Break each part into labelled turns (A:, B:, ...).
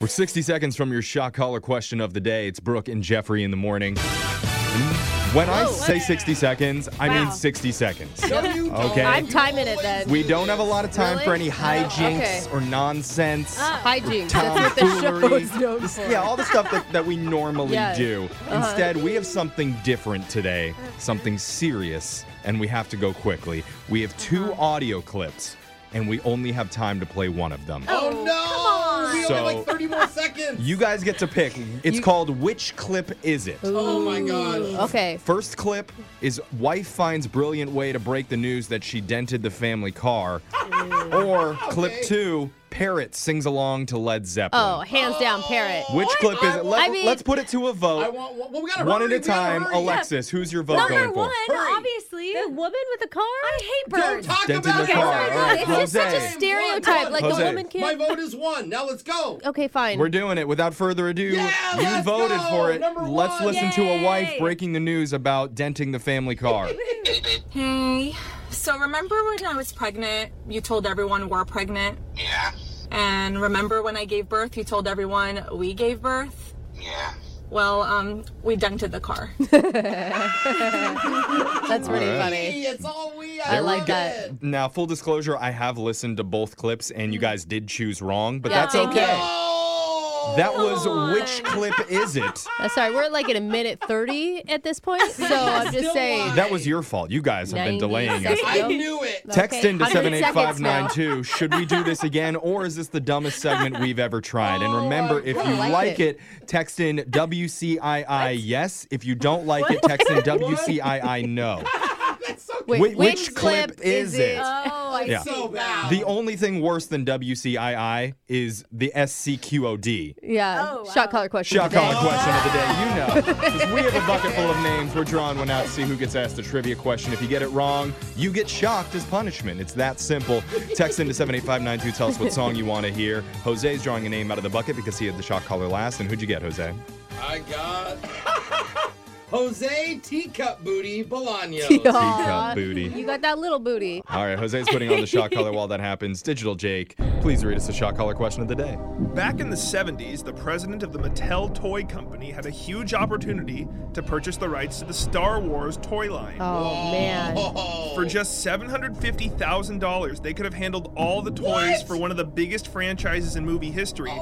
A: We're 60 seconds from your shock collar question of the day. It's Brooke and Jeffrey in the morning. When I say 60 seconds, I mean
B: Wow.
A: 60 seconds.
B: Okay.
A: Okay?
B: I'm timing it then.
A: We don't have a lot of time for any
B: Really?
A: hijinks
B: Okay. Ah.
A: or nonsense.
B: Hijinks. That's what the show
A: tomfoolery.
B: is known
A: This-
B: for.
A: Yeah, all the stuff that, that we normally
B: Yes. Uh-huh.
A: do. Instead, we have something different today, something serious, and we have to go quickly. We have 2
B: Uh-huh.
A: audio clips, and we only have time to play one of them.
C: Oh no! We only have
A: So-
C: like 30 more seconds.
A: You guys get to pick. It's called Which Clip Is It?
C: oh my god.
B: Okay.
A: First clip is wife finds brilliant way to break the news that she dented the family car. or clip
C: Okay.
A: two, parrot sings along to Led Zeppelin.
B: Oh, hands down, parrot.
A: Which clip is it? Let,
B: I mean-
A: us put it to a vote.
C: I want well, we gotta
A: one at
C: hurry,
A: a
C: we gotta
A: time.
C: hurry.
A: Alexis, who's your vote
D: Number
A: going for?
D: one,
C: Hurry.
D: obviously.
E: The woman with the car? I hate
C: Don't talk
A: Dented
C: about
A: the
C: it.
A: car.
B: sorry,
A: All
B: guys.
A: right,
B: It's just such a
A: Jose.
B: stereotype. Like
A: Jose.
B: the woman
C: My
B: can't.
C: vote is one. Now let's go.
B: Okay, fine.
A: We're doing it without further ado.
C: Yeah,
A: you
C: let's
A: voted
C: go.
A: for it.
C: Number
A: Let's
C: one.
A: listen to a wife
E: Yay.
A: breaking the news about denting the family car.
F: Hey, Um, so remember when I was pregnant, you told everyone we're pregnant?
G: Yeah,
F: And remember when I gave birth, you told everyone we gave birth?
G: yeah.
F: Well, um, we dented the car.
B: That's pretty
A: All right.
B: funny.
C: Hey, It's all we.
B: I like
C: love
B: that.
C: it.
A: now, full disclosure, I have listened to both clips and you guys did choose wrong, but
B: Yeah,
A: that's
B: thank you.
A: okay.
C: Oh.
A: That was
D: on.
A: which clip is it?
B: Uh, sorry, we're at like at a minute 30 at this point. So I'm just
C: Still
B: saying.
C: alive.
A: That was your fault. You guys have been
B: 90
A: delaying us.
B: seconds.
C: I knew it.
A: Text
B: Okay,
A: into
B: 100 seconds now.
A: 78592. Should we do this again, or is this the dummest segment we've ever tried? And remember, if you
B: Oh, I
A: like,
B: like
A: it. text in WCII yes. If you don't like it, text in WCII no.
C: That's so
B: Wait,
A: Whi- which clip is it?
B: Oh, I
A: Yeah.
B: see.
C: so bad.
A: The only thing worse than WCII is the SCQOD.
B: Yeah.
D: Oh, wow.
B: Shot collar question.
A: Shot
B: today.
A: collar question of the day, you know. 'Cause we have a bucket full of names. We're drawing one out to see who gets asked the trivia question. If you get it wrong, you get shocked as punishment. It's that simple. Text into 78592. Tell us what song you want to hear. Jose's drawing a name out of the bucket because he had the shot collar last. And who'd you get, Jose?
C: I got Jose Teacup Booty Bolaños.
A: Teacup
B: Aw,
A: booty.
B: You got that little booty.
A: All right, Jose's putting on the shot collar while that happens. Digital Jake, please read us the shot collar question of the day.
H: Back in the 70s, the president of the Mattel Toy Company had a huge opportunity to purchase the rights to the Star Wars toy line.
B: Oh, man.
C: Oh.
H: For just $750,000, they could have handled all the toys
C: What?
H: for one of the biggest franchises in movie history.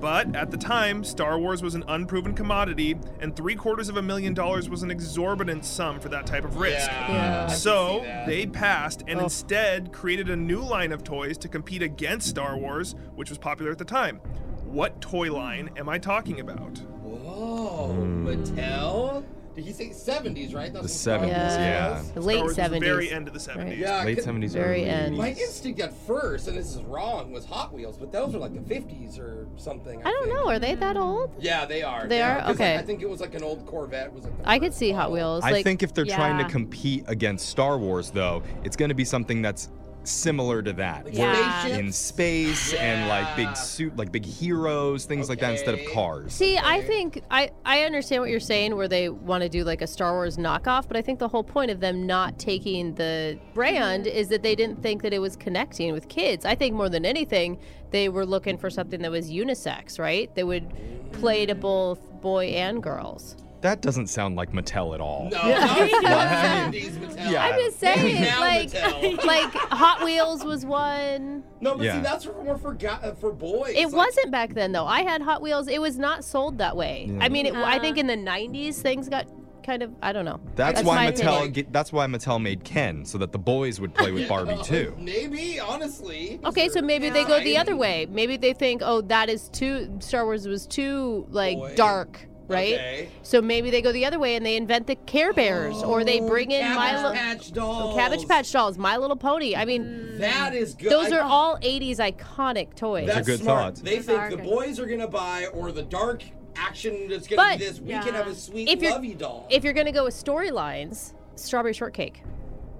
H: But at the time, Star Wars was an unproven commodity, and three quarters of a million dollars was an exorbitant sum for that type of risk.
C: Yeah.
B: Yeah.
H: So
C: that.
H: they passed and instead created a new line of toys to compete against Star Wars, which was popular at the time. What toy line am I talking about?
C: Whoa,
A: Hmm.
C: Mattel? Did he say 70s, right? That
A: The
C: was
A: 70s, yeah.
B: Yeah. The late
H: Star Wars was the
B: 70s.
H: very end of the 70s.
C: Yeah,
A: Late
C: could-
A: 70s,
B: Very
A: early
B: end.
A: 80s.
C: My instinct at first, and this is wrong, was Hot Wheels, but those were like the 50s or something. I,
B: I don't
C: think.
B: know. Are they that old?
C: Yeah, they are.
B: They are?
C: 'cause, like,
B: Okay.
C: I think it was like an old Corvette. Was like the
B: I could
C: first
B: see Hot
C: model.
B: Wheels.
A: I
B: like,
A: think if they're trying to
D: yeah.
A: compete against Star Wars, though, it's going to be something that's similar to that.
C: Like
A: We're
D: Yeah.
C: spaceships?
A: in space and like
C: Yeah.
A: big suit, like big heroes, things like that instead of
C: Okay.
A: cars.
B: See, I think I I understand what you're saying, where they want to do like a Star Wars knockoff, but I think the whole point of them not taking the brand is that they didn't think that it was connecting with kids. I think more than anything, they were looking for something that was unisex, right? That would play to both boy and girls.
A: That doesn't sound like Mattel at all.
C: No, not
A: Yeah.
C: 70s Mattel.
A: Yeah.
B: I'm just
C: Maybe
B: saying,
C: now
B: like,
C: Mattel.
B: like Hot Wheels was one.
C: No, but
A: Yeah.
C: see, that's more for, ga- uh, for boys.
B: It
C: like,
B: wasn't back then, though. I had Hot Wheels. It was not sold that way. I mean, it, I
C: Ah.
B: think in the '90s things got kind of. I don't know.
A: That's,
B: That's
A: why
B: my
A: Mattel.
C: opinion.
A: Get, that's why Mattel made Ken so that the boys would play with Barbie too.
C: Maybe, honestly.
B: Okay, so maybe they go the
C: Right.
B: other way. Maybe they think, oh, that is too Star Wars was too like
C: Boy.
B: dark, right?
C: Okay.
B: So maybe they go the other way and they invent the Care Bears, or they bring in
C: Oh, Cabbage
B: My Little
C: Patch Dolls.
B: Cabbage Patch Dolls, My Little Pony. I mean,
C: That is good.
B: those
C: I-
B: are all '80s iconic toys.
A: That's a good
C: smart.
A: thought.
C: They think the
D: Dark.
C: boys are gonna buy or the dark action that's gonna
B: But-
C: be this. We
D: Yeah.
C: can have a sweet
B: If you're-
C: lovey doll.
B: if you're gonna go with storylines, Strawberry Shortcake.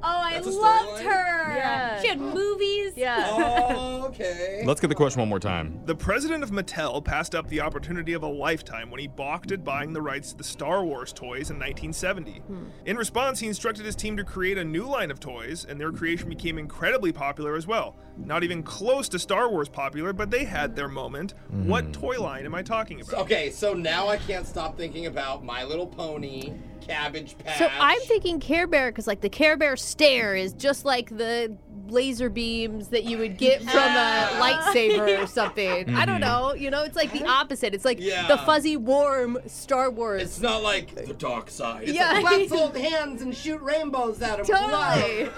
E: I
C: That's a
E: loved
C: storyline?
E: her.
B: Yeah.
E: She had movies.
B: Yeah.
C: Oh, okay.
A: Let's get the question one more time.
H: The president of Mattel passed up the opportunity of a lifetime when he balked at buying the rights to the Star Wars toys in 1970. In response, he instructed his team to create a new line of toys, and their creation became incredibly popular as well. Not even close to Star Wars popular, but they had their moment. What toy line am I talking about?
C: Okay, so now I can't stop thinking about My Little Pony, Cabbage Patch.
B: So I'm thinking Care Bear because like the Care Bear stare is just like the laser beams that you would get from a lightsaber or something. I
A: Mm-hmm.
B: don't know. You know, it's like the opposite. It's like the
C: Yeah.
B: fuzzy warm Star Wars.
C: It's not like the dark side. It's
B: Yeah.
C: like, let's hold hands and shoot rainbows out of blood.
B: totally.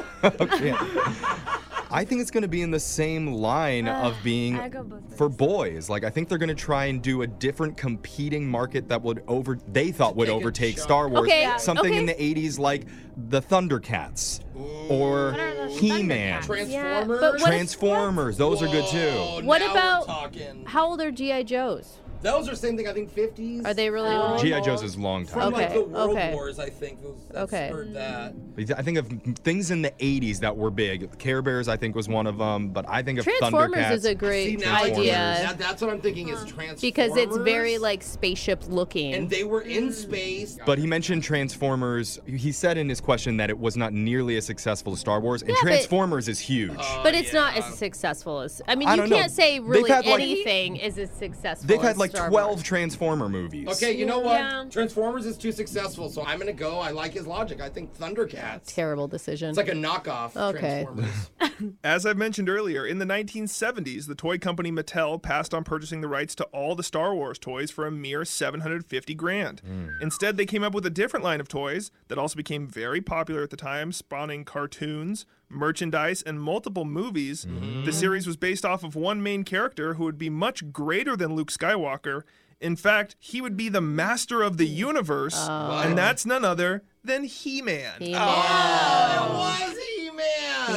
A: Okay. I think it's going to be in the same line of being
E: I go both
A: for boys. Like I think they're going to try and do a different competing market that would over they thought would
C: Take a
A: overtake
C: chunk.
A: Star Wars.
B: Okay, Yeah.
A: Something in the
B: okay.
A: 80s like the Thundercats
E: What
A: or
E: are those
A: He-Man,
E: Thundercats?
C: Transformers.
B: Yeah, but what if-
A: Transformers. Those are good
C: Whoa,
A: too.
B: What
C: now we're
B: about-
C: talking.
B: How old are GI Joes?
C: Those are same thing. I think 50s.
B: Are they really
E: Uh,
B: old?
A: GI Joe's is a long time.
C: From like
B: Okay,
C: the World
B: okay.
C: Wars, I think. Those, that's
B: Okay. Mm.
C: Heard that.
A: I think of things in the 80s that were big. Care Bears, I think, was one of them. But I think of
B: Transformers
A: Thundercats.
B: is a great
C: See, now I
B: idea
C: get it. Now that's what I'm thinking is Transformers.
B: because it's very like Mm. spaceship looking.
C: And they were in space.
A: But he mentioned Transformers. He said in his question that it was not nearly as successful as Star Wars, and
B: but- Uh,
A: Transformers is huge.
B: but it's not as successful as I mean
A: I
B: you
A: don't
B: can't
A: know.
B: say
A: They've
B: really
A: had, like-
B: anything is as successful.
A: They've had
B: as
A: like
B: oh, Star
A: 12
B: Wars.
A: Transformer movies.
C: Okay, you know what?
E: Yeah.
C: Transformers is too successful, so I'm gonna go. I like his logic. I think Thundercats.
B: terrible decision.
C: It's like a knockoff
B: Okay. Oh.
C: Transformers.
H: As I've mentioned earlier, in the 1970s, the toy company Mattel passed on purchasing the rights to all the Star Wars toys for a mere 750 grand. Instead, they came up with a different line of toys that also became very popular at the time, spawning cartoons, merchandise, and multiple movies. The series was based off of one main character who would be much greater than Luke Skywalker. In fact, he would be the master of the universe, and that's none other than He-Man.
C: oh, it was He-Man.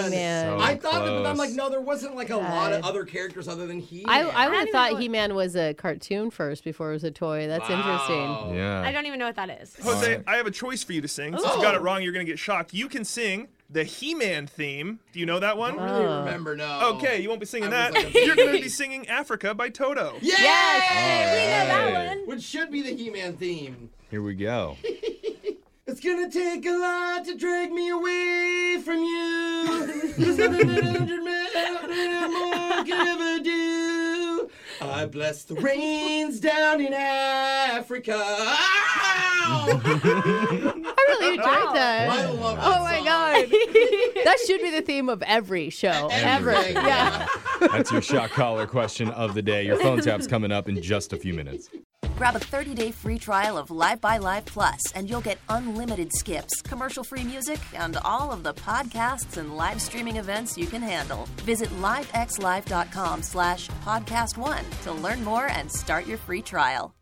B: He-Man.
A: So
C: I thought that, but I'm
A: close.
C: like, no, there wasn't like a lot of other characters other than He-Man.
B: I, I would have
E: even
B: thought
E: know what-
B: He Man was a cartoon first before it was a toy. That's
C: Oh.
B: interesting.
A: Yeah.
E: I don't even know what that is.
H: Jose, I have a choice for you to sing. Since you got
C: Oh.
H: it wrong, you're going to get shocked. You can sing the He Man theme. Do you know that one?
C: I don't
B: Oh.
C: really remember now.
H: Okay, you won't be singing
C: I
H: that.
C: was like-
H: you're going to be singing Africa by Toto.
C: Yay!
A: Hey,
C: Which should be the He-Man theme.
A: Here we go.
C: It's gonna take a lot to drag me away from you. There's nothing that a hundred men more could ever do. I bless the rains down in Africa. Ow!
B: I really enjoyed
C: I
B: that.
C: love
B: Oh my god, that should be the theme of every show ever.
C: Everything,
B: Yeah.
A: That's your shock collar question of the day. Your phone tap's coming up in just a few minutes.
D: Grab a 30-day free trial of Live by Live Plus, and you'll get unlimited skips, commercial-free music, and all of the podcasts and live streaming events you can handle. Visit livexlive.com slash podcast one to learn more and start your free trial.